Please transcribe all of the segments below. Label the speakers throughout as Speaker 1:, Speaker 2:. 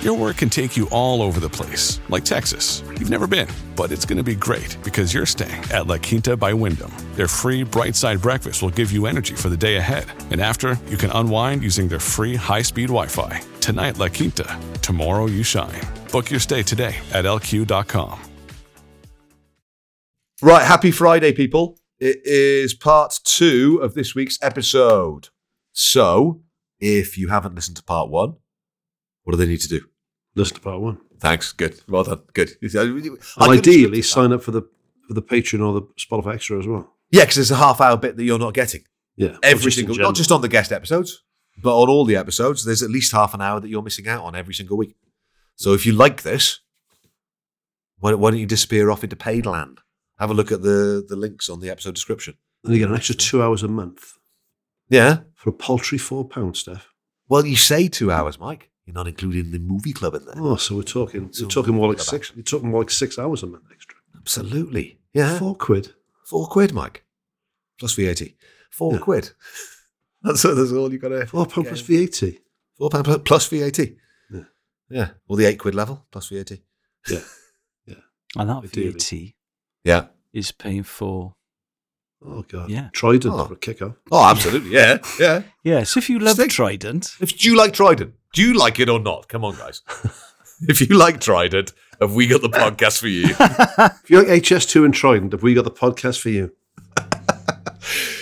Speaker 1: Your work can take you all over the place, like Texas. You've never been, but it's going to be great because you're staying at La Quinta by Wyndham. Their free bright side breakfast will give you energy for the day ahead. And after, you can unwind using their free high speed Wi Fi. Tonight, La Quinta. Tomorrow, you shine. Book your stay today at lq.com.
Speaker 2: Right, happy Friday, people. It is part two of this week's episode. So, if you haven't listened to part one, what do they need to do?
Speaker 3: Listen to part one.
Speaker 2: Thanks. Good. Well done. Good.
Speaker 3: And
Speaker 2: And
Speaker 3: ideally, sign up for the for the Patreon or the Spotify Extra as well.
Speaker 2: Yeah, because there's a half hour bit that you're not getting.
Speaker 3: Yeah, Or
Speaker 2: Every
Speaker 3: just in
Speaker 2: single,
Speaker 3: general.
Speaker 2: not just on the guest episodes, but on all the episodes, there's at least half an hour that you're missing out on every single week. So if you like this, why, why don't you disappear off into paid land? Have a look at the, the links on the episode description.
Speaker 3: and you get an extra two hours a month
Speaker 2: Yeah.
Speaker 3: for a paltry four pound, Steph.
Speaker 2: Well, you say two hours, Mike. You're not including the movie club in there.
Speaker 3: Oh, so we're talking.
Speaker 2: So
Speaker 3: we're talking more like
Speaker 2: go back.
Speaker 3: six. You're talking more like six hours a month extra.
Speaker 2: Absolutely. Yeah. Four,
Speaker 3: Four quid.
Speaker 2: four quid, Mike. Plus VAT. Four
Speaker 3: Yeah.
Speaker 2: quid. That's, that's all you got to.
Speaker 3: Four pound plus VAT.
Speaker 2: Four pound pl- plus VAT.
Speaker 3: Yeah.
Speaker 2: Yeah. Or the eight quid level plus VAT.
Speaker 3: Yeah.
Speaker 4: And that
Speaker 3: Ideally.
Speaker 4: VAT
Speaker 2: Yeah.
Speaker 4: is paying for.
Speaker 3: Oh god.
Speaker 4: Yeah.
Speaker 3: Trident
Speaker 2: Oh.
Speaker 3: for a kick off.
Speaker 2: Oh, absolutely. Yeah. Yeah.
Speaker 4: Yeah, so if you love
Speaker 2: Stick-
Speaker 4: Trident,
Speaker 2: If do you like Trident, do you like it or not? Come on, guys. if you like Trident, have we got the podcast for you?
Speaker 3: If you like HS2 and Trident, have we got the podcast for you?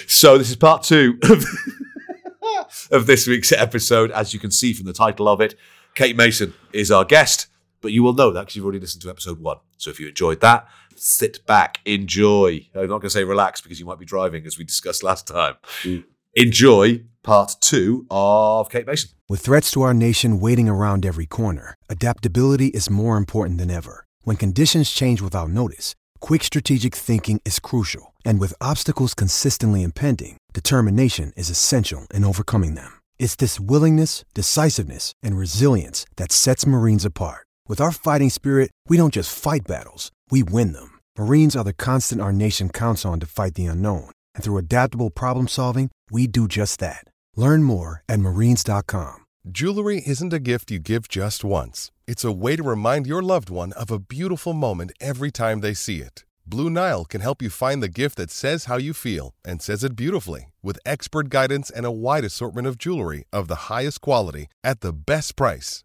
Speaker 2: So this is part two of, of this week's episode. As you can see from the title of it, Kate Mason is our guest, but you will know that because you've already listened to episode one. So if you enjoyed that, sit back, enjoy. I'm not going to say relax because you might be driving, as we discussed last time. Enjoy part two of Kate Mason.
Speaker 5: With threats to our nation waiting around every corner, adaptability is more important than ever. When conditions change without notice, quick strategic thinking is crucial, and with obstacles consistently impending, determination is essential in overcoming them. It's this willingness, decisiveness, and resilience that sets Marines apart. With our fighting spirit, we don't just fight battles, we win them. Marines are the constant our nation counts on to fight the unknown, and through adaptable problem solving, we do just that. Learn more at marines.com.
Speaker 6: Jewelry isn't a gift you give just once. It's a way to remind your loved one of a beautiful moment every time they see it. Blue Nile can help you find the gift that says how you feel and says it beautifully with expert guidance and a wide assortment of jewelry of the highest quality at the best price.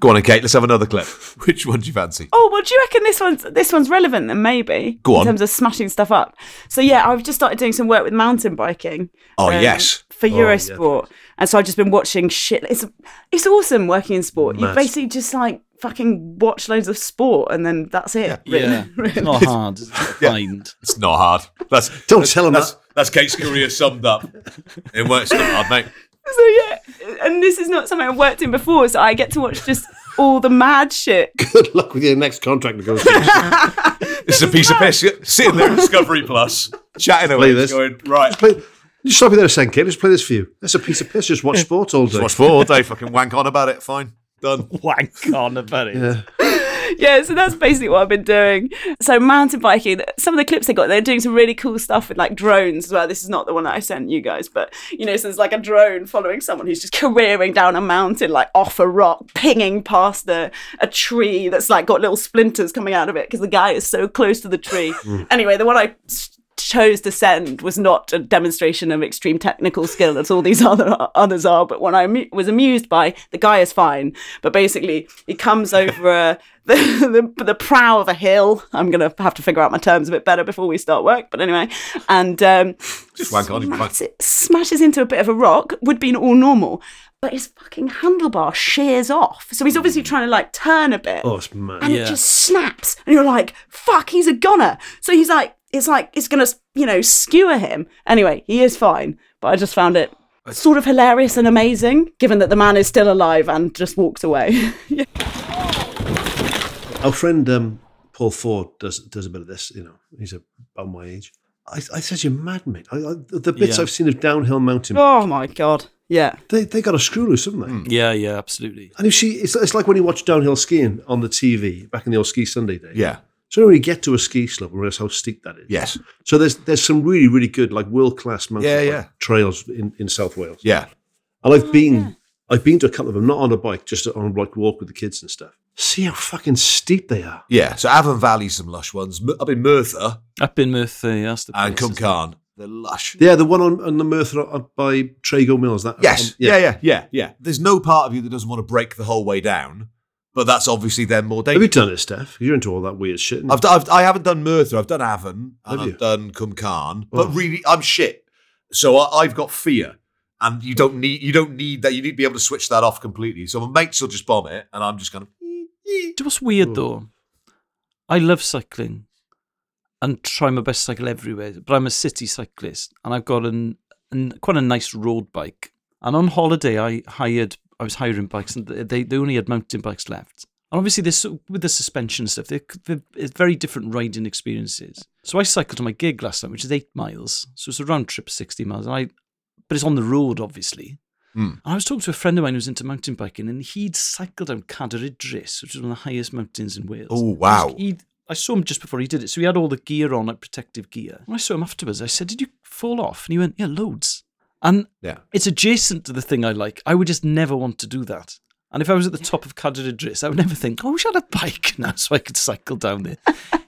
Speaker 2: Go on, then, Kate. Let's have another clip. Which one do you fancy?
Speaker 5: Oh well, do you reckon this one's this one's relevant then maybe
Speaker 2: Go on.
Speaker 5: in terms of smashing stuff up? So yeah, I've just started doing some work with mountain biking. Um,
Speaker 2: Oh, yes.
Speaker 5: for
Speaker 2: Oh,
Speaker 5: Eurosport, and so I've just been watching shit. It's it's awesome working in sport. You
Speaker 4: Mad.
Speaker 5: basically just like fucking watch loads of sport, and then that's it. really.
Speaker 4: Yeah, it's not hard. It's blind.
Speaker 2: It's not hard. That's
Speaker 3: don't tell him
Speaker 2: that's, That's Kate Scuria summed up. It works not hard, mate.
Speaker 5: So yeah, and this is not something I've worked in before, so I get to watch just all the mad shit.
Speaker 3: Good luck with your next contract negotiation.
Speaker 2: It's a piece of piss. yeah. Sitting there, at Discovery Plus, chatting
Speaker 3: Play
Speaker 2: away,
Speaker 3: this.
Speaker 2: going right.
Speaker 3: You stop you there a second, Kate. Just play this for you. That's a piece of piss. Just watch sport all day.
Speaker 2: Watch sport all day. Fucking wank on about it. Fine, done.
Speaker 4: wank on about it.
Speaker 3: Yeah.
Speaker 5: yeah, so that's basically what I've been doing. So mountain biking, some of the clips they got, they're doing some really cool stuff with like drones as well. This is not the one that I sent you guys, but you know, so there's like a drone following someone who's just careering down a mountain, like off a rock, pinging past a, a tree that's like got little splinters coming out of it because the guy is so close to the tree. anyway, the one I s- chose to send was not a demonstration of extreme technical skill as all these other others are but one i amu- was amused by the guy is fine but basically he comes over a, the, the the prow of a hill i'm gonna have to figure out my terms a bit better before we start work but anyway and um
Speaker 2: Just wank on. you can wank.
Speaker 5: smashes, smashes into a bit of a rock would be all normal but his fucking handlebar shears off so he's obviously trying to like turn a bit
Speaker 3: Oh, it's mad.
Speaker 5: and it just snaps and you're like fuck he's a goner so he's like it's like it's gonna you know skewer him anyway he is fine but i just found it sort of hilarious and amazing given that the man is still alive and just walks away
Speaker 3: Our friend um, Paul Ford does does a bit of this. You know, he's about my age. I, I said you're mad, mate. I, I, the bits
Speaker 4: Yeah.
Speaker 3: I've seen of downhill mountain,
Speaker 5: oh my god yeah
Speaker 3: they they got a screw loose, haven't they?
Speaker 2: Hmm.
Speaker 4: Yeah, yeah, absolutely.
Speaker 3: And you see, it's, it's like when you watch downhill skiing on the TV back in the old Ski Sunday days.
Speaker 2: Yeah.
Speaker 3: So when you get to a ski slope and realize how steep that is.
Speaker 2: Yes.
Speaker 3: So there's there's some really really good like world class mountain
Speaker 2: Yeah,
Speaker 3: bike
Speaker 2: yeah.
Speaker 3: trails in, in South Wales.
Speaker 2: Yeah.
Speaker 3: And I've been I've been to a couple of them, not on a bike, just on like walk with the kids and stuff. See how fucking steep they are.
Speaker 2: Yeah. So Avon Valley's some lush ones. M- Up in Merthyr
Speaker 4: Up in Merthyr, that's the
Speaker 2: and
Speaker 4: place,
Speaker 2: Cumcarn, they're lush.
Speaker 3: Yeah, the one on, on the Merthyr up by Trago Mills. That
Speaker 2: Yes.
Speaker 3: um,
Speaker 2: yeah. yeah. Yeah. Yeah. There's no part of you that doesn't want to break the whole way down, but that's obviously then more
Speaker 3: Have you
Speaker 2: dangerous.
Speaker 3: done it, Steph? You're into all that weird shit.
Speaker 2: I've, d- I've, I haven't done Merthyr. I've done Avon and
Speaker 3: Have you?
Speaker 2: I've done Cumcarn, but
Speaker 3: Oh.
Speaker 2: really, I'm shit. So I, I've got fear, and you don't need you don't need that. You need to be able to switch that off completely. So my mates will just bomb it, and I'm just kind of
Speaker 4: It was weird though. I love cycling and try my best to cycle everywhere, but I'm a city cyclist and I've got an, an quite a nice road bike. And on holiday, I hired I was hiring bikes and they they only had mountain bikes left. And obviously, this with the suspension and stuff, they're, they're it's very different riding experiences. So I cycled to my gig last night, which is eight miles, so it's a round trip, sixty miles, and I but it's on the road, obviously.
Speaker 2: Hmm.
Speaker 4: I was talking to a friend of mine who was into mountain biking, and he'd cycled down Cadair Idris, which is one of the highest mountains in Wales.
Speaker 2: Oh, wow.
Speaker 4: He'd- I saw him just before he did it, so he had all the gear on, like protective gear. When I saw him afterwards, I said, "Did you fall off?" And he went, "Yeah, loads." And
Speaker 2: yeah.
Speaker 4: it's adjacent to the thing I like. I would just never want to do that. And if I was at the top of Cadair Idris, I would never think, "Oh, I wish I had a bike now so I could cycle down there."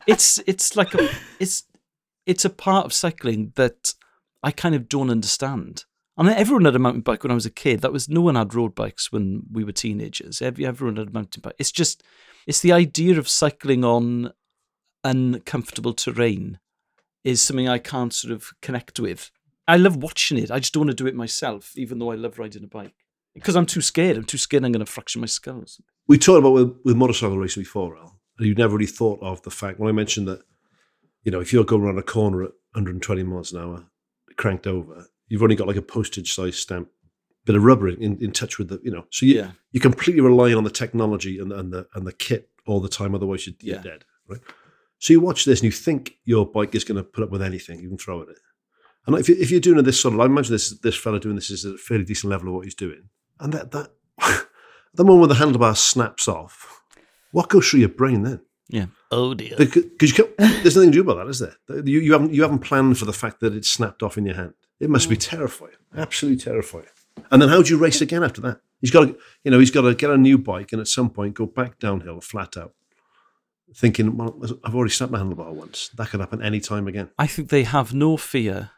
Speaker 4: it's it's like a it's it's a part of cycling that I kind of don't understand. I mean, everyone had a mountain bike when I was a kid. That was no one had road bikes when we were teenagers. Every everyone had a mountain bike. It's just it's the idea of cycling on uncomfortable terrain is something I can't sort of connect with. I love watching it. I just don't want to do it myself, even though I love riding a bike. Because I'm too scared. I'm too scared I'm going to fracture my skull.
Speaker 3: we talked about with, with motorcycle racing before, Al, and you never really thought of the fact when I mentioned that, you know, if you're going around a corner at 120 miles an hour, cranked over, you've only got like a postage size stamp, bit of rubber in, in touch with the, you know, so you,
Speaker 4: Yeah.
Speaker 3: you're completely relying on the technology and, and the and the kit all the time, otherwise you're,
Speaker 4: Yeah.
Speaker 3: you're dead, right? So you watch this and you think your bike is going to put up with anything, you can throw at it. And if, you, if you're doing this sort of, I imagine this this fella doing this is at a fairly decent level of what he's doing. And that that the moment the handlebar snaps off, what goes through your brain then?
Speaker 4: Yeah. Oh dear.
Speaker 3: Because you can't, there's nothing to do about that, is there? You, you haven't you haven't planned for the fact that it's snapped off in your hand. It must be
Speaker 4: Mm.
Speaker 3: terrifying, absolutely terrifying. And then how do you race again after that? He's got to, you know, he's got to get a new bike and at some point go back downhill flat out, thinking, well, I've already snapped my handlebar once. That could happen any time again.
Speaker 4: I think they have no fear,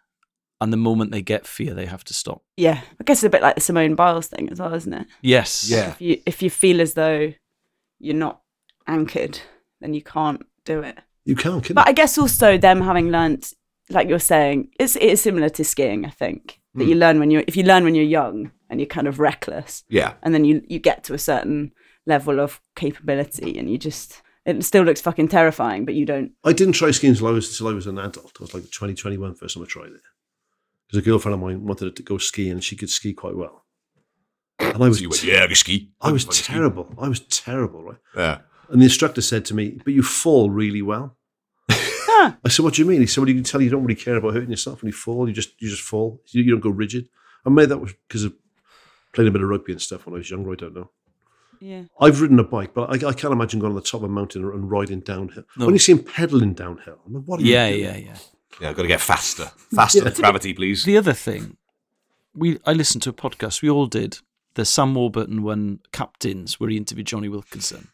Speaker 4: and the moment they get fear, they have to stop.
Speaker 5: yeah i guess it's a bit like the simone biles thing as well isn't it
Speaker 4: Yes.
Speaker 2: Yeah.
Speaker 5: if you if you feel as though you're not anchored, then you can't do it.
Speaker 3: You can't, can
Speaker 5: But I
Speaker 3: you?
Speaker 5: guess also them having learnt, like you're saying, it's it is similar to skiing. I think that
Speaker 4: Hmm.
Speaker 5: you learn when you're if you learn when you're young and you're kind of reckless,
Speaker 2: Yeah.
Speaker 5: and then you you get to a certain level of capability and you just it still looks fucking terrifying, but you don't.
Speaker 3: I didn't try skiing until I was, until I was an adult. I was like 20, 21 first time I tried it. Because a girlfriend of mine wanted to go skiing and she could ski quite well. And I was,
Speaker 2: So you went, yeah, I can ski.
Speaker 3: I was
Speaker 2: can ski."
Speaker 3: terrible. I was terrible, right?
Speaker 2: Yeah.
Speaker 3: And the instructor said to me, But you fall really well. I said, What do you mean? He said, Well, you can tell you don't really care about hurting yourself when you fall. You just you just fall. You, you don't go rigid. I made that because of playing a bit of rugby and stuff when I was younger. I don't know.
Speaker 5: Yeah.
Speaker 3: I've ridden a bike, but I, I can't imagine going on the top of a mountain and riding downhill. When you see him pedaling downhill, I'm like, what are
Speaker 4: Yeah,
Speaker 3: you doing?
Speaker 4: yeah, yeah.
Speaker 2: Yeah, I've got to get faster. Faster than gravity, please.
Speaker 4: The other thing, we I listened to a podcast. We all did the Sam Warburton one, Captains, where he interviewed Johnny Wilkinson.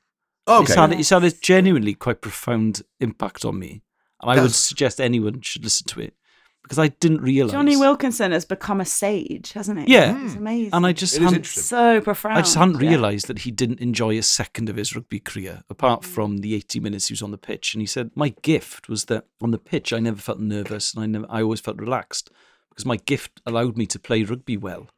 Speaker 4: It's had, it's had a genuinely quite profound impact on me, and I would
Speaker 2: That's-
Speaker 4: suggest anyone should listen to it because I didn't realize
Speaker 5: Johnny Wilkinson has become a sage, hasn't he?
Speaker 4: Yeah.
Speaker 5: it's amazing.
Speaker 4: and I just
Speaker 2: It is
Speaker 4: hadn't,
Speaker 2: interesting.
Speaker 5: so profound.
Speaker 4: I just hadn't
Speaker 5: Yeah.
Speaker 4: realised that he didn't enjoy a second of his rugby career, apart from the 80 minutes he was on the pitch. And he said, My gift was that on the pitch, I never felt nervous and I, never, I always felt relaxed because my gift allowed me to play rugby well.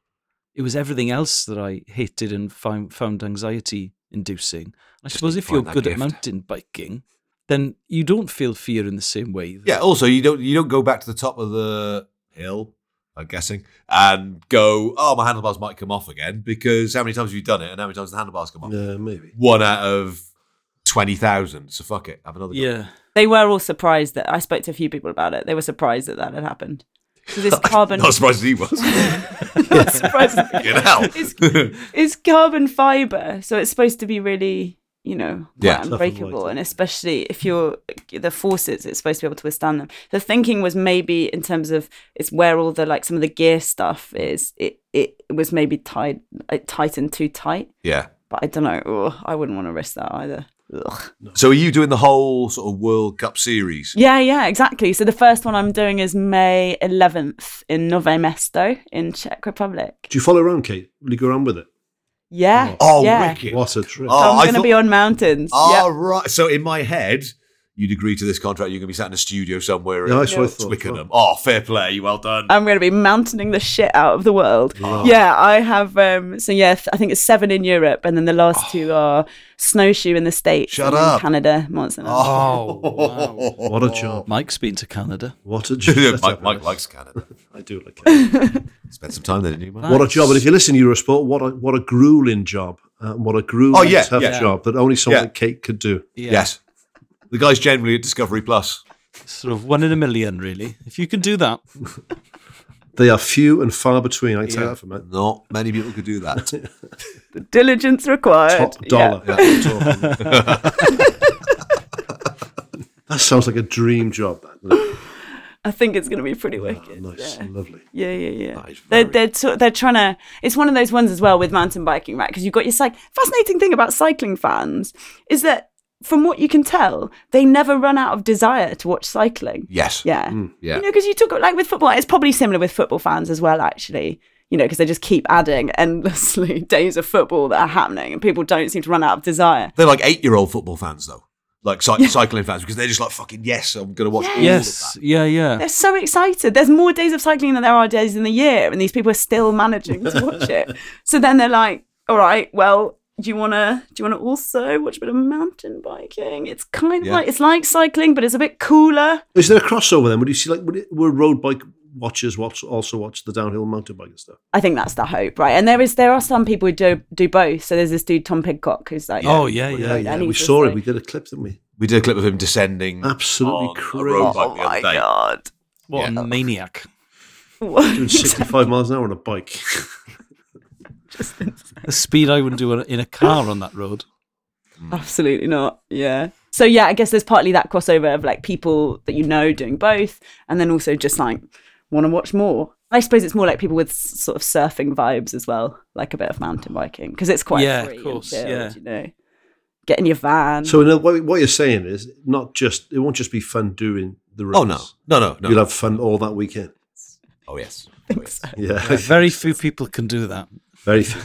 Speaker 4: It was everything else that I hated and found, found anxiety inducing. I suppose if
Speaker 2: find
Speaker 4: you're
Speaker 2: that
Speaker 4: good at
Speaker 2: gift.
Speaker 4: mountain biking, then you don't feel fear in the same way. that-
Speaker 2: Yeah. Also, you don't you don't go back to the top of the hill, I'm guessing, and go, oh, my handlebars might come off again because how many times have you done it, and how many times the handlebars come off?
Speaker 3: Yeah, maybe.
Speaker 2: One out of twenty thousand. So fuck it, have another. go.
Speaker 4: Yeah.
Speaker 5: They were all surprised that I spoke to a few people about it. They were surprised that that had happened. Because it's carbon.
Speaker 2: Not surprised he was.
Speaker 5: not surprised.
Speaker 2: Fucking hell.
Speaker 5: It's, it's carbon fiber, so it's supposed to be really, you know, quite
Speaker 2: Yeah.
Speaker 5: unbreakable,
Speaker 3: light.
Speaker 5: and especially if you're the forces, it's supposed to be able to withstand them. The thinking was maybe in terms of it's where all the like some of the gear stuff is. It it was maybe tied like, tightened too tight,
Speaker 2: yeah.
Speaker 5: but I don't know. Ugh, I wouldn't want to risk that either. Ugh.
Speaker 2: So are you doing the whole sort of World Cup series?
Speaker 5: Yeah, yeah, exactly. So the first one I'm doing is May 11th in Nové Mesto in Czech Republic.
Speaker 3: Do you follow around, Kate? Will you go around with it?
Speaker 5: Yeah.
Speaker 2: Oh,
Speaker 5: yeah.
Speaker 2: wicked.
Speaker 3: What a trip.
Speaker 2: Oh,
Speaker 5: So I'm
Speaker 2: I
Speaker 5: going to
Speaker 2: thought-
Speaker 5: be on mountains.
Speaker 2: Ah,
Speaker 5: Yep.
Speaker 2: right. So in my head, you'd agree to this contract. You're going to be sat in a studio somewhere
Speaker 3: Yeah,
Speaker 2: in
Speaker 3: that's what I thought as
Speaker 2: Twickenham. Oh, fair play. Well done.
Speaker 5: I'm going to be mountaining the shit out of the world. Yeah, I have. Um, so yeah, th- I think it's seven in Europe, and then the last
Speaker 3: Oh.
Speaker 5: two are snowshoe in the states,
Speaker 2: Shut
Speaker 5: and then
Speaker 2: up.
Speaker 5: Canada, Montana.
Speaker 4: Oh, wow.
Speaker 3: What a job.
Speaker 4: Mike's been to Canada.
Speaker 3: What a job.
Speaker 2: Mike, Mike likes Canada.
Speaker 3: I do like it.
Speaker 2: Spent some time there, didn't you, Mike?
Speaker 3: what a job. And if you listen to Eurosport, what a, what a grueling job. Uh, what a grueling
Speaker 2: Oh, yeah,
Speaker 3: tough
Speaker 2: yeah.
Speaker 3: job that only someone
Speaker 2: Yeah.
Speaker 3: like Kate could do.
Speaker 4: Yeah.
Speaker 2: Yes. The guy's generally at Discovery Plus.
Speaker 4: Sort of one in a million, really. If you can do that.
Speaker 3: They are few and far between. I can tell you that for a minute.
Speaker 2: Not many people could do that.
Speaker 5: Diligence required.
Speaker 3: Top
Speaker 5: Yeah.
Speaker 3: dollar. that sounds like a dream job. That, doesn't it?
Speaker 5: I think it's going to be pretty
Speaker 3: Oh,
Speaker 5: wicked.
Speaker 3: nice,
Speaker 5: Yeah.
Speaker 3: lovely.
Speaker 5: Yeah, yeah, yeah.
Speaker 2: That is
Speaker 5: they're
Speaker 2: very-
Speaker 5: they're, sort they're trying to. It's one of those ones as well with mountain biking, right? Because you've got your cyc. Fascinating thing about cycling fans is that, from what you can tell, they never run out of desire to watch cycling.
Speaker 2: Yes. Mm,
Speaker 5: Yeah.
Speaker 2: yeah.
Speaker 5: You know, because you took like with football, it's probably similar with football fans as well, actually. You know, because they just keep adding endlessly days of football that are happening, and people don't seem to run out of desire.
Speaker 2: They're like eight year old football fans, though. Like cy- cycling fans, because they're just like, fucking, yes, I'm going to watch all
Speaker 4: Yes. Yeah, yeah.
Speaker 5: They're so excited. There's more days of cycling than there are days in the year, and these people are still managing to watch it. So then they're like, "All right, well, do you wanna do you wanna also watch a bit of mountain biking? It's kind of
Speaker 2: Yeah.
Speaker 5: like it's like cycling, but it's a bit cooler."
Speaker 3: Is there a crossover then? Would you see like would it, were road bike watchers watch also watch the downhill mountain bike and stuff?
Speaker 5: I think that's the hope, right? And there is there are some people who do do both. So there's this dude Tom Pidcock who's like,
Speaker 4: Oh, yeah, yeah.
Speaker 3: Yeah, yeah.
Speaker 5: and
Speaker 3: We
Speaker 5: he's just
Speaker 3: saw it.
Speaker 5: like-
Speaker 3: We did a clip, didn't we?
Speaker 2: We did a clip of him descending.
Speaker 3: Absolutely
Speaker 2: on a
Speaker 3: crazy.
Speaker 2: road bike
Speaker 5: Oh
Speaker 2: the other
Speaker 5: my
Speaker 2: day.
Speaker 5: god.
Speaker 4: What
Speaker 2: Yeah.
Speaker 4: a maniac.
Speaker 3: Doing sixty-five miles an hour on a bike.
Speaker 4: The speed I would do in a car on that road.
Speaker 5: Absolutely not. Yeah. So yeah, I guess there's partly that crossover of like people that you know doing both, and then also just like want to watch more. I suppose it's more like people with s- sort of surfing vibes as well, like a bit of mountain biking because it's quite
Speaker 4: Yeah, of
Speaker 5: free and
Speaker 4: course,
Speaker 5: chilled,
Speaker 4: yeah.
Speaker 5: You know, get in your van.
Speaker 3: So in a, what, what you're saying is not just it won't just be fun doing the race.
Speaker 2: Oh, no. No, no, no.
Speaker 3: You'll have fun all that weekend.
Speaker 2: oh, yes.
Speaker 3: Yeah,
Speaker 4: Very few people can do that.
Speaker 3: very few.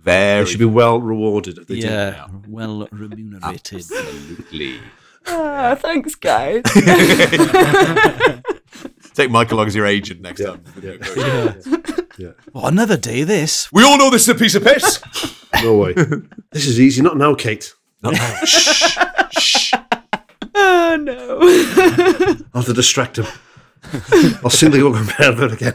Speaker 2: Very
Speaker 3: They should be well rewarded if they do.
Speaker 4: yeah, well remunerated.
Speaker 2: absolutely.
Speaker 5: Oh, thanks, guys.
Speaker 2: Take Michael along as your agent next
Speaker 3: Yeah.
Speaker 2: time.
Speaker 3: Yeah.
Speaker 4: well, Oh, another day. This
Speaker 2: We all know this is a piece of piss.
Speaker 3: No way. this is easy. Not now, Kate.
Speaker 5: oh no.
Speaker 3: I'll have to distract him. I'll sing the Gorgon Pervert again.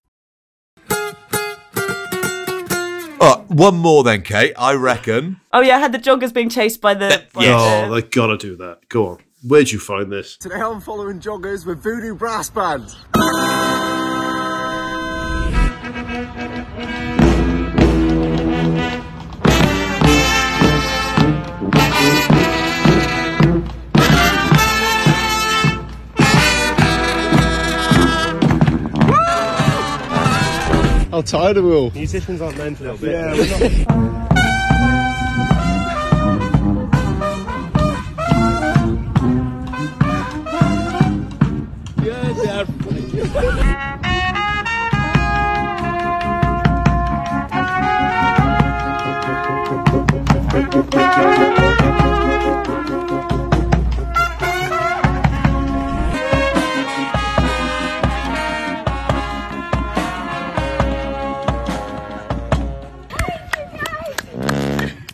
Speaker 2: Uh, one more then, Kate. I reckon.
Speaker 5: Oh yeah, I had the joggers being chased by the. By
Speaker 3: Oh,
Speaker 5: the
Speaker 3: they gotta do that. Go on. Where'd you find this?
Speaker 7: Today I'm following joggers with Voodoo Brass Band. How tired are we all?
Speaker 3: Musicians aren't meant to be. Yeah.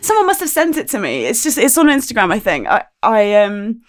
Speaker 5: Someone must have sent it to me. It's just it's on Instagram, I think. I I um.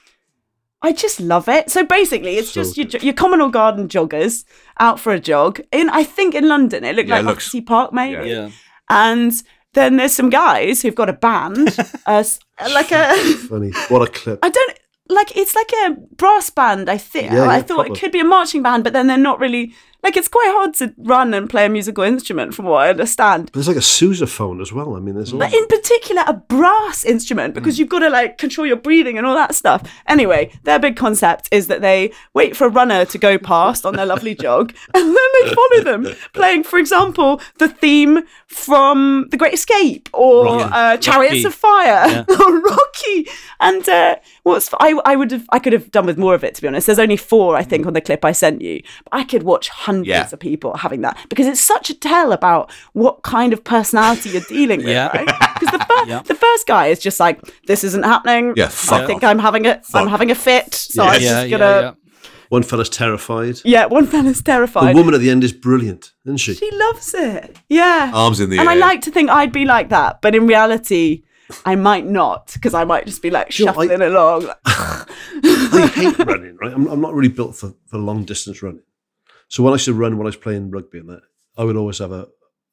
Speaker 5: I just love it. So basically, it's just your, jo- your communal garden joggers out for a jog. In I think in London, it looked
Speaker 2: Yeah, it
Speaker 5: like
Speaker 2: looks-
Speaker 5: Oxy Park, maybe.
Speaker 4: yeah.
Speaker 5: And then there's some guys who've got a band, uh, s- like a
Speaker 3: Funny. What a clip.
Speaker 5: I don't like it's like a brass band. I think
Speaker 3: Yeah,
Speaker 5: I
Speaker 3: yeah,
Speaker 5: thought
Speaker 3: proper.
Speaker 5: it could be a marching band, but then they're not really like it's quite hard to run and play a musical instrument, from what I understand.
Speaker 3: But there's like a sousaphone as well. Mm. I mean, there's all.
Speaker 5: But in particular, a brass instrument because you've got to like control your breathing and all that stuff. Anyway, their big concept is that they wait for a runner to go past on their lovely jog, and then they follow them playing, for example, the theme from The Great Escape or
Speaker 4: Rocky.
Speaker 5: uh, Chariots
Speaker 4: Rocky.
Speaker 5: of Fire or Rocky. And uh, what's I I would have I could have done with more of it to be honest. There's only four I think on the clip I sent you. But I could watch hundreds
Speaker 2: Mm. Yeah.
Speaker 5: of people having that because it's such a tell about what kind of personality you're dealing with,
Speaker 4: Yeah.
Speaker 5: right? Because the first the first guy is just like this isn't happening.
Speaker 2: Yeah, fuck
Speaker 5: I think
Speaker 2: off.
Speaker 5: I'm having a am
Speaker 2: Fuck.
Speaker 5: having a fit. So
Speaker 2: Yeah.
Speaker 5: I'm
Speaker 4: Yeah,
Speaker 5: just
Speaker 4: yeah,
Speaker 5: gonna
Speaker 4: yeah.
Speaker 5: yeah,
Speaker 3: One fella's terrified.
Speaker 5: one fella's
Speaker 3: The
Speaker 5: terrified.
Speaker 3: woman at the end is brilliant, isn't she?
Speaker 5: she loves it. Yeah.
Speaker 2: Arms in the
Speaker 5: and
Speaker 2: air.
Speaker 5: I like to think I'd be like that, but in reality, I might not because I might just be like
Speaker 3: Sure, I-
Speaker 5: shuffling along. like,
Speaker 3: I hate running, right? I'm, I'm not really built for, for long distance running. So when I used to run when I was playing rugby and that, I would always have a,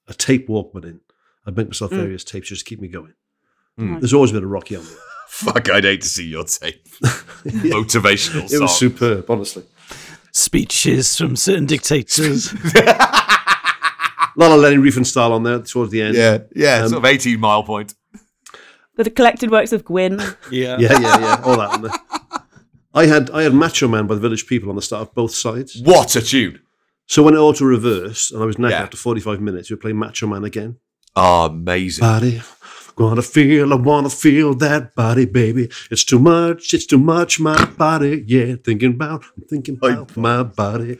Speaker 3: a tape Walkman in. I'd make myself various tapes just to keep me going. There's always a bit of Rocky on there.
Speaker 2: Fuck, I'd hate to see your tape. Motivational
Speaker 3: It was
Speaker 2: song.
Speaker 3: superb, honestly.
Speaker 4: Speeches from certain dictators.
Speaker 3: A lot of Lenny Riefenstahl on there towards the end.
Speaker 2: Yeah, yeah,
Speaker 3: Um,
Speaker 2: sort of 18 mile point.
Speaker 5: the collected works of Gwyn.
Speaker 4: yeah.
Speaker 3: yeah, yeah, yeah. All that. On there. I had I had Macho Man by the Village People on the start of both sides.
Speaker 2: What a tune!
Speaker 3: So when it auto reversed and I was knackered
Speaker 2: Yeah.
Speaker 3: after 45 minutes, you were playing Macho Man again.
Speaker 2: Oh, amazing.
Speaker 3: Body, wanna feel, I wanna feel that body, baby. It's too much, it's too much, my body. Yeah, thinking about, I'm thinking about my body.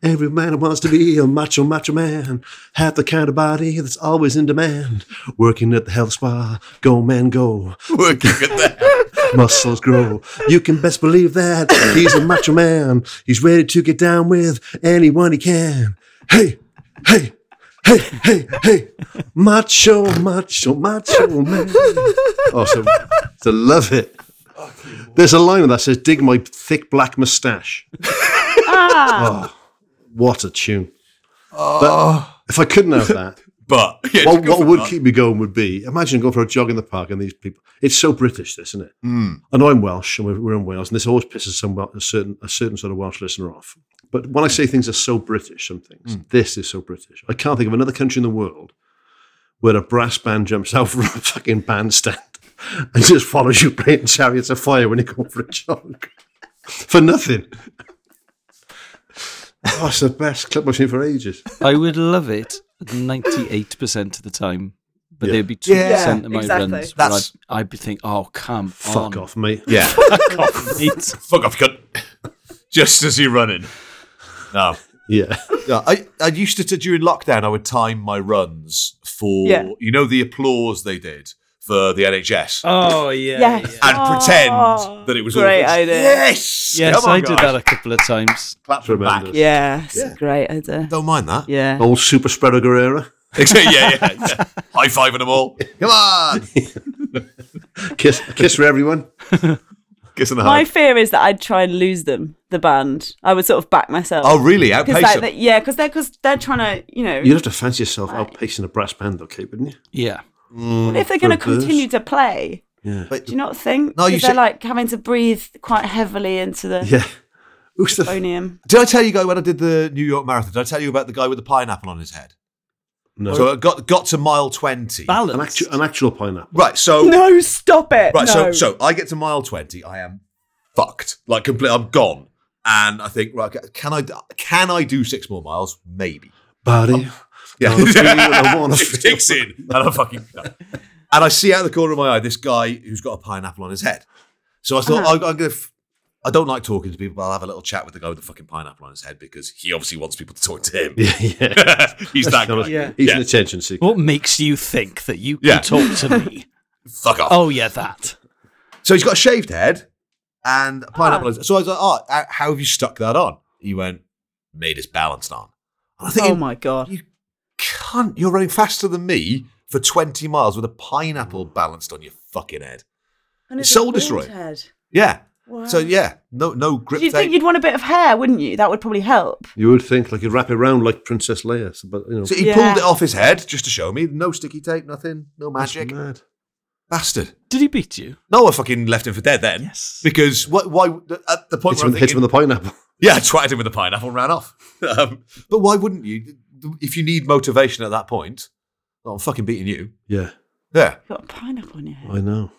Speaker 3: Every man wants to be a macho, macho man. Have the kind of body that's always in demand. Working at the health spa, go man, go.
Speaker 2: Working at that.
Speaker 3: Muscles grow. You can best believe that he's a macho man. He's ready to get down with anyone he can. Hey, hey, hey, hey, hey, macho, macho, macho man. Awesome. To Oh, love it. There's a line that says, "Dig my thick black mustache." oh, what a tune! But if I couldn't have that,
Speaker 2: But yeah,
Speaker 3: what,
Speaker 2: go
Speaker 3: what
Speaker 2: for
Speaker 3: would
Speaker 2: that.
Speaker 3: keep me going would be imagine going for a jog in the park and these people. It's so British, this, isn't it? I know I'm Welsh and we're, we're in Wales, and this always pisses some Wel- a certain a certain sort of Welsh listener off. But when I say things are so British, some things this is so British. I can't think of another country in the world where a brass band jumps out from a fucking bandstand and just follows you playing chariots of fire when you go for a jog for nothing. Oh, it's the best clip I've seen for ages.
Speaker 4: I would love it 98% of the time, but
Speaker 3: Yeah.
Speaker 4: there'd be 2%
Speaker 2: Yeah,
Speaker 4: of my
Speaker 5: exactly.
Speaker 4: runs where I'd,
Speaker 2: That's-
Speaker 4: I'd be thinking, oh, come
Speaker 3: Fuck
Speaker 4: on.
Speaker 3: off, mate.
Speaker 2: Yeah.
Speaker 4: It's-
Speaker 2: Fuck off, cut. Just as you're running. No.
Speaker 3: Yeah.
Speaker 2: Yeah, I, I used to, to during lockdown, I would time my runs for,
Speaker 5: Yeah.
Speaker 2: you know, the applause they did for the NHS
Speaker 4: Oh, yeah.
Speaker 5: Yes.
Speaker 4: yeah.
Speaker 2: and
Speaker 5: Oh,
Speaker 2: pretend that it was all-
Speaker 5: great idea.
Speaker 2: Yes.
Speaker 4: Yes,
Speaker 2: Come on,
Speaker 4: I did
Speaker 2: guys.
Speaker 4: that a couple of times.
Speaker 2: Clap from back.
Speaker 3: Tremendous.
Speaker 5: Yes, great idea.
Speaker 2: Don't mind that.
Speaker 5: Yeah.
Speaker 3: Old super spreader Guerrera.
Speaker 2: yeah, yeah, yeah. High fiving them all. Come on.
Speaker 3: Kiss, kiss for everyone.
Speaker 2: Kissing the
Speaker 5: My
Speaker 2: high.
Speaker 5: fear is that I'd try and lose them, the band. I would sort of back myself.
Speaker 2: Oh, really? Outpace
Speaker 5: Because like,
Speaker 2: them?
Speaker 5: they- yeah, because they're because they're trying to, you know,
Speaker 3: You'd have to fancy yourself outpacing a brass band, okay, wouldn't you?
Speaker 4: Yeah.
Speaker 5: if they're going to
Speaker 3: for this.
Speaker 5: continue to play,
Speaker 3: Yeah.
Speaker 5: do you not think?
Speaker 2: No, you
Speaker 5: 'Cause they're
Speaker 2: should-
Speaker 5: like having to breathe quite heavily into the
Speaker 3: Yeah. Who's the
Speaker 5: phonium.
Speaker 2: Did I tell you guys when I did the New York Marathon? Did I tell you about the guy with the pineapple on his head?
Speaker 3: no?
Speaker 2: So I got got to mile twenty.
Speaker 3: an,
Speaker 4: Balance.
Speaker 3: actu- an actual pineapple.
Speaker 2: right. So
Speaker 5: No, stop it.
Speaker 2: Oh. right. So
Speaker 5: no.
Speaker 2: so I get to mile twenty. I am fucked. Like complete. I'm gone. And I think right. Can I can I do six more miles? Maybe.
Speaker 3: Body.
Speaker 2: Yeah.
Speaker 3: Gotta feel what I wanna
Speaker 2: Six
Speaker 3: feel.
Speaker 2: ticks in, and I fucking. no. And I see out of the corner of my eye this guy who's got a pineapple on his head. So I thought,
Speaker 5: Uh-huh.
Speaker 2: I'm, I'm gonna. F- I don't like talking to people, but I'll have a little chat with the guy with the fucking pineapple on his head because he obviously wants people to talk to him.
Speaker 3: Yeah, yeah.
Speaker 2: He's that guy.
Speaker 3: yeah. He's an attention seeker.
Speaker 4: What makes you think that you
Speaker 2: Yeah.
Speaker 4: can talk to me?
Speaker 2: Fuck off.
Speaker 4: oh, yeah, that.
Speaker 2: So he's got a shaved head and a pineapple. So I was like, oh, h- how have you stuck that on? He went, made his balance on. And I think,
Speaker 5: oh my god.
Speaker 2: you cunt, you're running faster than me for 20 miles with a pineapple balanced on your fucking head.
Speaker 5: And
Speaker 2: it's
Speaker 5: a
Speaker 2: soul
Speaker 5: bald
Speaker 2: destroying.
Speaker 5: head.
Speaker 2: Yeah.
Speaker 5: Wow.
Speaker 2: So yeah, no no grip
Speaker 5: Do you think
Speaker 2: thing.
Speaker 5: you'd want a bit of hair, wouldn't you? That would probably help.
Speaker 3: You would think like you'd wrap it around like Princess Leia, so- but you know,
Speaker 2: So he
Speaker 5: Yeah.
Speaker 2: pulled it off his head just to show me. No sticky tape, nothing, no magic.
Speaker 3: it's mad.
Speaker 2: Bastard.
Speaker 4: Did he beat you?
Speaker 2: No, I fucking left him for dead then.
Speaker 4: Yes.
Speaker 2: Because what, why, at the point
Speaker 3: Hits
Speaker 2: where I'm
Speaker 3: him, hits
Speaker 2: thinking-
Speaker 3: him with a pineapple.
Speaker 2: Yeah, I twatted him with a pineapple and ran off. um, but why wouldn't you? If you need motivation at that point, well, I'm fucking beating you.
Speaker 3: Yeah,
Speaker 2: Yeah.
Speaker 5: You've got a pineapple on your head.
Speaker 3: I know.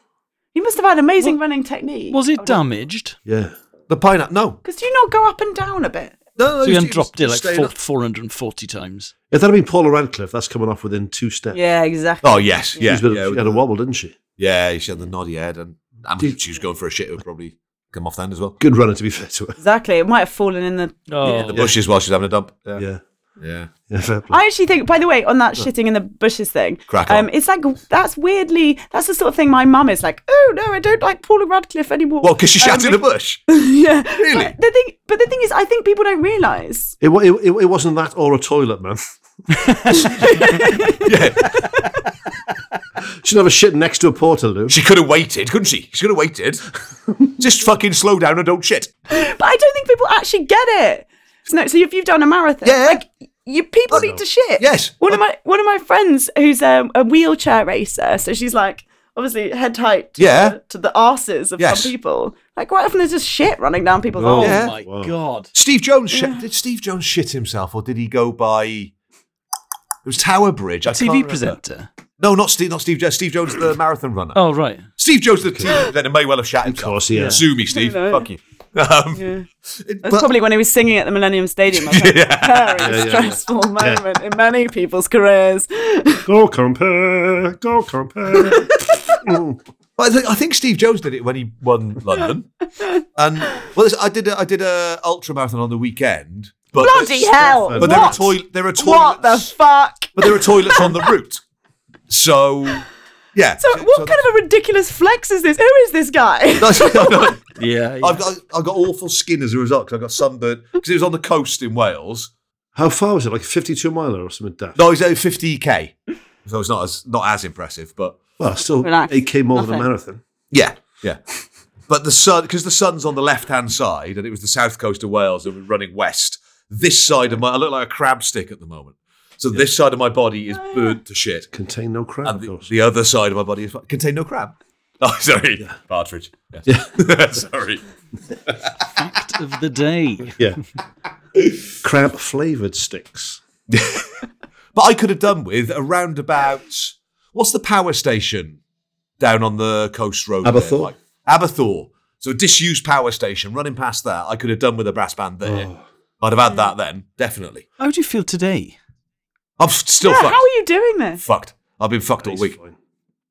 Speaker 5: You must have had amazing running technique.
Speaker 4: Was it damaged?
Speaker 3: Yeah,
Speaker 2: The pineapple, no.
Speaker 5: Because do you not go up and down a bit?
Speaker 2: No, no,
Speaker 4: So
Speaker 2: it's-
Speaker 4: you then
Speaker 2: it's
Speaker 4: dropped it like
Speaker 2: staying
Speaker 4: four,
Speaker 2: up.
Speaker 4: 440 times.
Speaker 3: if that had been Paula Radcliffe, that's coming off within two steps.
Speaker 5: Yeah, exactly.
Speaker 2: Oh, yes. Yeah.
Speaker 3: She's been-
Speaker 2: yeah,
Speaker 3: she had a wobble, didn't she?
Speaker 2: yeah, she had the noddy head and, and
Speaker 3: Dude.
Speaker 2: she was going for a shit. It would probably come off then as well.
Speaker 3: Good runner, to be fair to her.
Speaker 5: Exactly. It might have fallen in the.
Speaker 4: Oh,
Speaker 2: The bushes while she's having a dump.
Speaker 3: Yeah,
Speaker 2: Yeah.
Speaker 3: yeah,
Speaker 2: Yeah.
Speaker 3: fair play.
Speaker 5: I actually think, by the way, on that shitting in the bushes thing,
Speaker 2: Crack on.
Speaker 5: um, it's like that's weirdly that's the sort of thing my mum is like. Oh no, I don't like Paula Radcliffe anymore.
Speaker 2: Well, because she shat in a bush.
Speaker 5: yeah,
Speaker 2: Really?
Speaker 5: But the thing, but the thing is, I think people don't realise.
Speaker 3: It, wa- it, it, it wasn't that or a toilet, man.
Speaker 2: yeah.
Speaker 3: She'd have a shit next to a porta loo.
Speaker 2: She could have waited, couldn't she? She could have waited. Just fucking slow down and don't shit.
Speaker 5: But I don't think people actually get it. So, no, so if you've done a marathon,
Speaker 2: Yeah. Uh,
Speaker 5: like you people need to shit.
Speaker 2: Yes.
Speaker 5: One of my one of my friends who's um, a wheelchair racer, so she's like obviously head height to,
Speaker 2: Yeah.
Speaker 5: the, to the arses of
Speaker 2: Yes.
Speaker 5: some people. Like quite often there's just shit running down people's
Speaker 3: Oh,
Speaker 5: arms.
Speaker 2: Yeah.
Speaker 4: my
Speaker 3: Wow.
Speaker 4: God.
Speaker 2: Steve Jones sh- did Steve Jones shit himself, or did he go by? It was Tower Bridge. I can't
Speaker 4: TV
Speaker 2: remember.
Speaker 4: presenter.
Speaker 2: No, not Steve. Not Steve. Jones. Steve Jones, the marathon runner.
Speaker 4: Oh, right.
Speaker 2: Steve Jones, the team. Then it may well have shat himself. Of course,
Speaker 3: yeah.
Speaker 2: Sue me, Steve.
Speaker 5: Hello.
Speaker 2: Fuck you. Um,
Speaker 5: Yeah.
Speaker 2: it-
Speaker 5: That's
Speaker 2: but-
Speaker 5: probably when he was singing at the Millennium Stadium. I think.
Speaker 2: Yeah.
Speaker 5: Very
Speaker 3: Yeah, yeah,
Speaker 5: stressful moment in many people's careers.
Speaker 3: Go compare, go compare.
Speaker 2: But I, think, I think Steve Jones did it when he won London. and well, this- I did a, I did a ultra marathon on the weekend. But
Speaker 5: Bloody hell!
Speaker 2: But there are
Speaker 5: what?
Speaker 2: toil- there are toilets.
Speaker 5: what the fuck?
Speaker 2: But there are toilets on the route. So yeah.
Speaker 5: So, what kind of a ridiculous flex is this? Who is this guy?
Speaker 2: that's, I've, got,
Speaker 4: Yeah. yeah.
Speaker 2: I've got awful skin as a result because I got sunburned because it was on the coast in Wales.
Speaker 3: How far was it? Like a 52 miler or something daft?
Speaker 2: No, it's a 50k, so it's not as not as impressive, but
Speaker 3: Well, still
Speaker 5: Relax.
Speaker 3: 8K more than a
Speaker 5: Nothing.
Speaker 3: marathon.
Speaker 2: yeah, yeah. But the sun because the sun's on the left hand side, and it was the south coast of Wales that was running west. This side of my I look like a crab stick at the moment, so this side of my body is
Speaker 5: Ah.
Speaker 2: burnt to shit,
Speaker 3: Contain no crap,
Speaker 2: and
Speaker 3: of
Speaker 2: the,
Speaker 3: course.
Speaker 2: the other side of my body is contain no crab. Oh, sorry, partridge. Yes. sorry.
Speaker 4: Fact of the day.
Speaker 3: Yeah. crab flavored sticks.
Speaker 2: But I could have done with around about what's the power station down on the coast road? there,
Speaker 3: Aberthaw?
Speaker 2: like- Aberthaw. So a disused power station. Running past that, I could have done with a brass band there. I'd have had that then, definitely.
Speaker 4: How do you feel today?
Speaker 2: I'm s- still
Speaker 5: Yeah,
Speaker 2: fucked.
Speaker 5: how are you doing this?
Speaker 2: Fucked. I've been fucked all
Speaker 3: It's
Speaker 2: week.
Speaker 3: fine.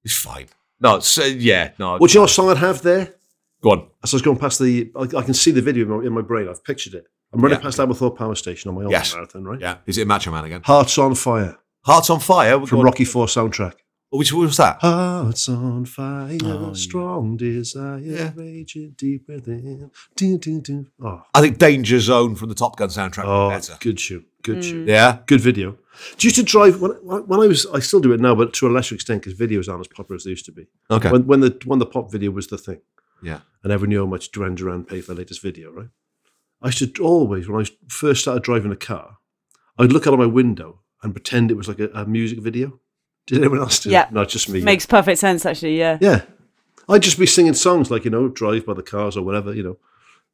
Speaker 2: It's fine. No, it's, uh, yeah, no.
Speaker 3: What's your song I'd have there?
Speaker 2: go on.
Speaker 3: As I was going past the, I, I can see the video in my, in my brain. I've pictured it. I'm running
Speaker 2: Yeah.
Speaker 3: past Aberthaw Power Station on my own
Speaker 2: Yes.
Speaker 3: marathon, right?
Speaker 2: Yeah, is it Macho Man again?
Speaker 3: Hearts on Fire
Speaker 2: Hearts on Fire. Go
Speaker 3: from
Speaker 2: on.
Speaker 3: Rocky Four soundtrack.
Speaker 2: Which what was that?
Speaker 3: Hearts on fire,
Speaker 4: Oh, yeah.
Speaker 3: strong desire
Speaker 2: Yeah.
Speaker 3: raging deep within. Do, do, do. Oh,
Speaker 2: I think Danger Zone from the Top Gun soundtrack.
Speaker 3: oh
Speaker 2: was better.
Speaker 3: good shoot, good shoot.
Speaker 2: Yeah.
Speaker 3: Good video. Do you used to drive when, when I was? I still do it now, but to a lesser extent because videos aren't as popular as they used to be.
Speaker 2: Okay.
Speaker 3: When, when the when the pop video was the thing,
Speaker 2: yeah.
Speaker 3: and everyone knew how much Duran Duran paid for the latest video, right? I used to always, when I first started driving a car, I'd look out of my window and pretend it was like a, a music video. Did anyone else do
Speaker 5: Yeah.
Speaker 3: that? Not just me.
Speaker 5: Makes perfect sense, actually. Yeah.
Speaker 3: Yeah. I'd just be singing songs like, you know, Drive by the Cars or whatever, you know.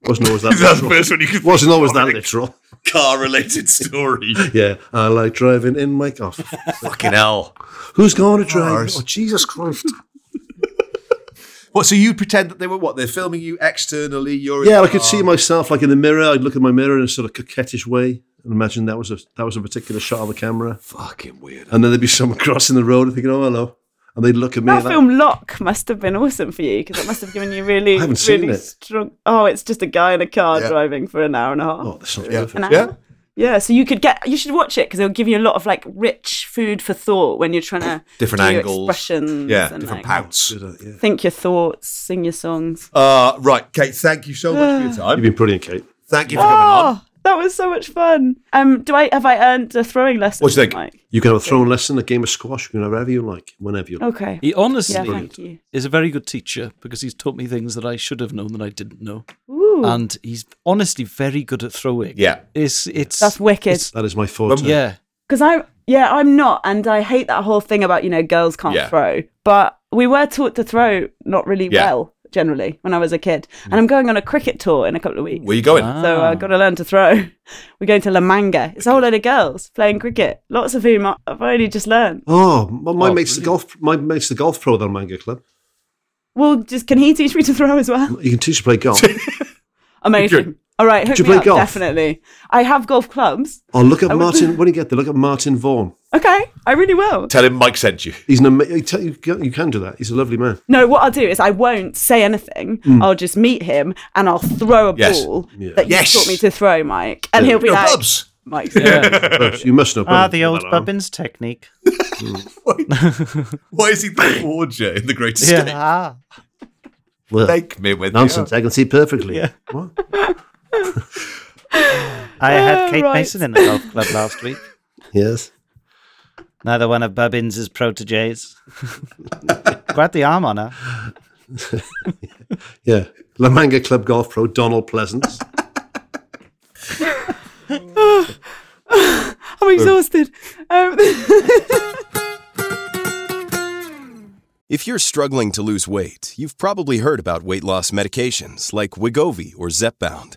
Speaker 3: Wasn't always that
Speaker 2: That's the
Speaker 3: literal.
Speaker 2: first one you could
Speaker 3: Wasn't always that literal.
Speaker 2: car related story.
Speaker 3: Yeah. I like driving in my car.
Speaker 2: Fucking hell.
Speaker 3: Who's going to drive?
Speaker 2: Cars.
Speaker 3: Oh, Jesus Christ.
Speaker 2: What, so you pretend that they were what? They're filming you externally. You're
Speaker 3: Yeah, I could see myself like in the mirror. I'd look at my mirror in a sort of coquettish way and imagine that was a that was a particular shot of the camera.
Speaker 2: fucking weird.
Speaker 3: And then there'd be someone crossing the road and thinking, oh, hello. And they'd look at me.
Speaker 5: That
Speaker 3: like-
Speaker 5: film Lock must have been awesome for you because it must have given you really,
Speaker 3: I haven't seen
Speaker 5: really
Speaker 3: it.
Speaker 5: strong. Oh, it's just a guy in a car
Speaker 2: Yeah.
Speaker 5: driving for an hour and a half.
Speaker 3: oh, that's not
Speaker 2: Yeah.
Speaker 3: perfect.
Speaker 5: An hour.
Speaker 2: Yeah.
Speaker 5: Yeah, so you could get you should watch it because it'll give you a lot of like rich food for thought when you're trying to
Speaker 2: Different
Speaker 5: do your
Speaker 2: angles.
Speaker 5: expressions,
Speaker 2: Yeah,
Speaker 5: and,
Speaker 2: different
Speaker 5: like,
Speaker 2: pouts.
Speaker 3: Did I? Yeah.
Speaker 5: think your thoughts, sing your songs.
Speaker 2: Uh, right, Kate. Thank you so much for your time.
Speaker 3: You've been brilliant, Kate.
Speaker 2: Thank you for coming on.
Speaker 5: Oh, that was so much fun. Um, do I have I earned a throwing lesson?
Speaker 2: What do you think?
Speaker 5: Mike?
Speaker 3: You can have a thrown lesson, a game of squash, you can have whatever you like, whenever you like.
Speaker 5: Okay.
Speaker 4: He honestly
Speaker 5: Yeah, thank you.
Speaker 4: is a very good teacher because he's taught me things that I should have known that I didn't know.
Speaker 5: Ooh,
Speaker 4: And he's honestly very good at throwing.
Speaker 2: Yeah.
Speaker 4: It's it's
Speaker 5: that's wicked.
Speaker 4: it's-
Speaker 3: That is my forte.
Speaker 4: yeah.
Speaker 5: Because I, yeah, I'm not, and I hate that whole thing about you know girls can't
Speaker 2: Yeah.
Speaker 5: throw. But we were taught to throw not really
Speaker 2: Yeah.
Speaker 5: well generally when I was a kid, and I'm going on a cricket tour in a couple of weeks.
Speaker 2: Where you going?
Speaker 5: So I've got to learn to throw. We're going to La Manga. It's a whole load of girls playing cricket. Lots of whom I- I've only just learned.
Speaker 3: Oh, my, my
Speaker 4: Oh,
Speaker 3: mate's the golf. My mate's the golf pro at our manga club.
Speaker 5: Well, just can he teach me to throw as well?
Speaker 3: You can teach to play golf.
Speaker 5: Amazing.
Speaker 2: Good.
Speaker 5: All right, hook
Speaker 3: you
Speaker 5: me
Speaker 3: play
Speaker 5: up,
Speaker 3: golf?
Speaker 5: definitely. I have golf clubs.
Speaker 3: oh, look at
Speaker 5: I would-
Speaker 3: Martin. When you get there, look at Martin Vaughan.
Speaker 5: Okay, I really will.
Speaker 2: Tell him Mike sent you.
Speaker 3: He's an ama- you, tell- you can- you can do that. He's a lovely man.
Speaker 5: No, what I'll do is I won't say anything. I'll just meet him and I'll throw a
Speaker 2: Mm. Yes.
Speaker 5: ball that you
Speaker 2: Yes.
Speaker 5: taught me to throw, Mike. And he'll be
Speaker 2: Your
Speaker 5: like,
Speaker 2: bubs.
Speaker 5: Mike's
Speaker 3: you must know.
Speaker 4: Ah,
Speaker 3: Put that on.
Speaker 4: technique.
Speaker 2: Why is he the forger in the Great Escape?
Speaker 4: Yeah. Ah,
Speaker 3: Well,
Speaker 2: Take me with
Speaker 3: nonsense. I can see perfectly.
Speaker 4: Yeah.
Speaker 3: What?
Speaker 4: I had Kate
Speaker 5: right.
Speaker 4: Mason in the golf club last week.
Speaker 3: Yes.
Speaker 4: Neither one of Bubbins' proteges. Quite the arm on her.
Speaker 3: Yeah. La Manga Club golf pro Donald Pleasance.
Speaker 5: I'm exhausted. Um,
Speaker 6: If you're struggling to lose weight, you've probably heard about weight loss medications like Wigovi or Zepbound,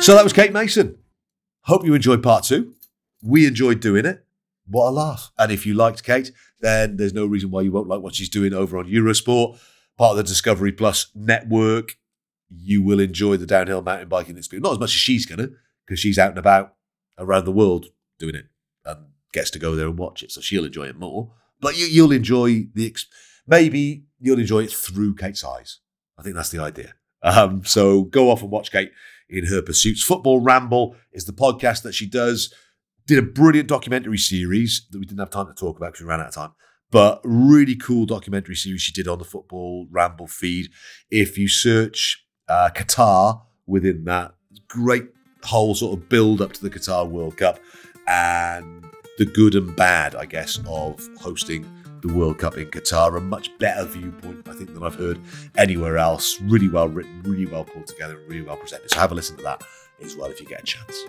Speaker 2: So that was Kate Mason. Hope you enjoyed part two. We enjoyed doing it. What a laugh. And if you liked Kate, then there's no reason why you won't like what she's doing over on Eurosport, part of the Discovery Plus network. You will enjoy the downhill mountain biking experience. Not as much as she's going to, because she's out and about around the world doing it and gets to go there and watch it. So she'll enjoy it more. But you, you'll enjoy the, ex- maybe you'll enjoy it through Kate's eyes. I think that's the idea. Um, so go off and watch Kate in her pursuits. Football Ramble is the podcast that she does. Did a brilliant documentary series that we didn't have time to talk about because we ran out of time, but really cool documentary series she did on the Football Ramble feed. If you search uh, Qatar within that, great whole sort of build up to the Qatar World Cup and the good and bad, I guess, of hosting the World Cup in Qatar. A much better viewpoint, I think, than I've heard anywhere else. Really well written, really well pulled together, and really well presented. So have a listen to that as well if you get a chance.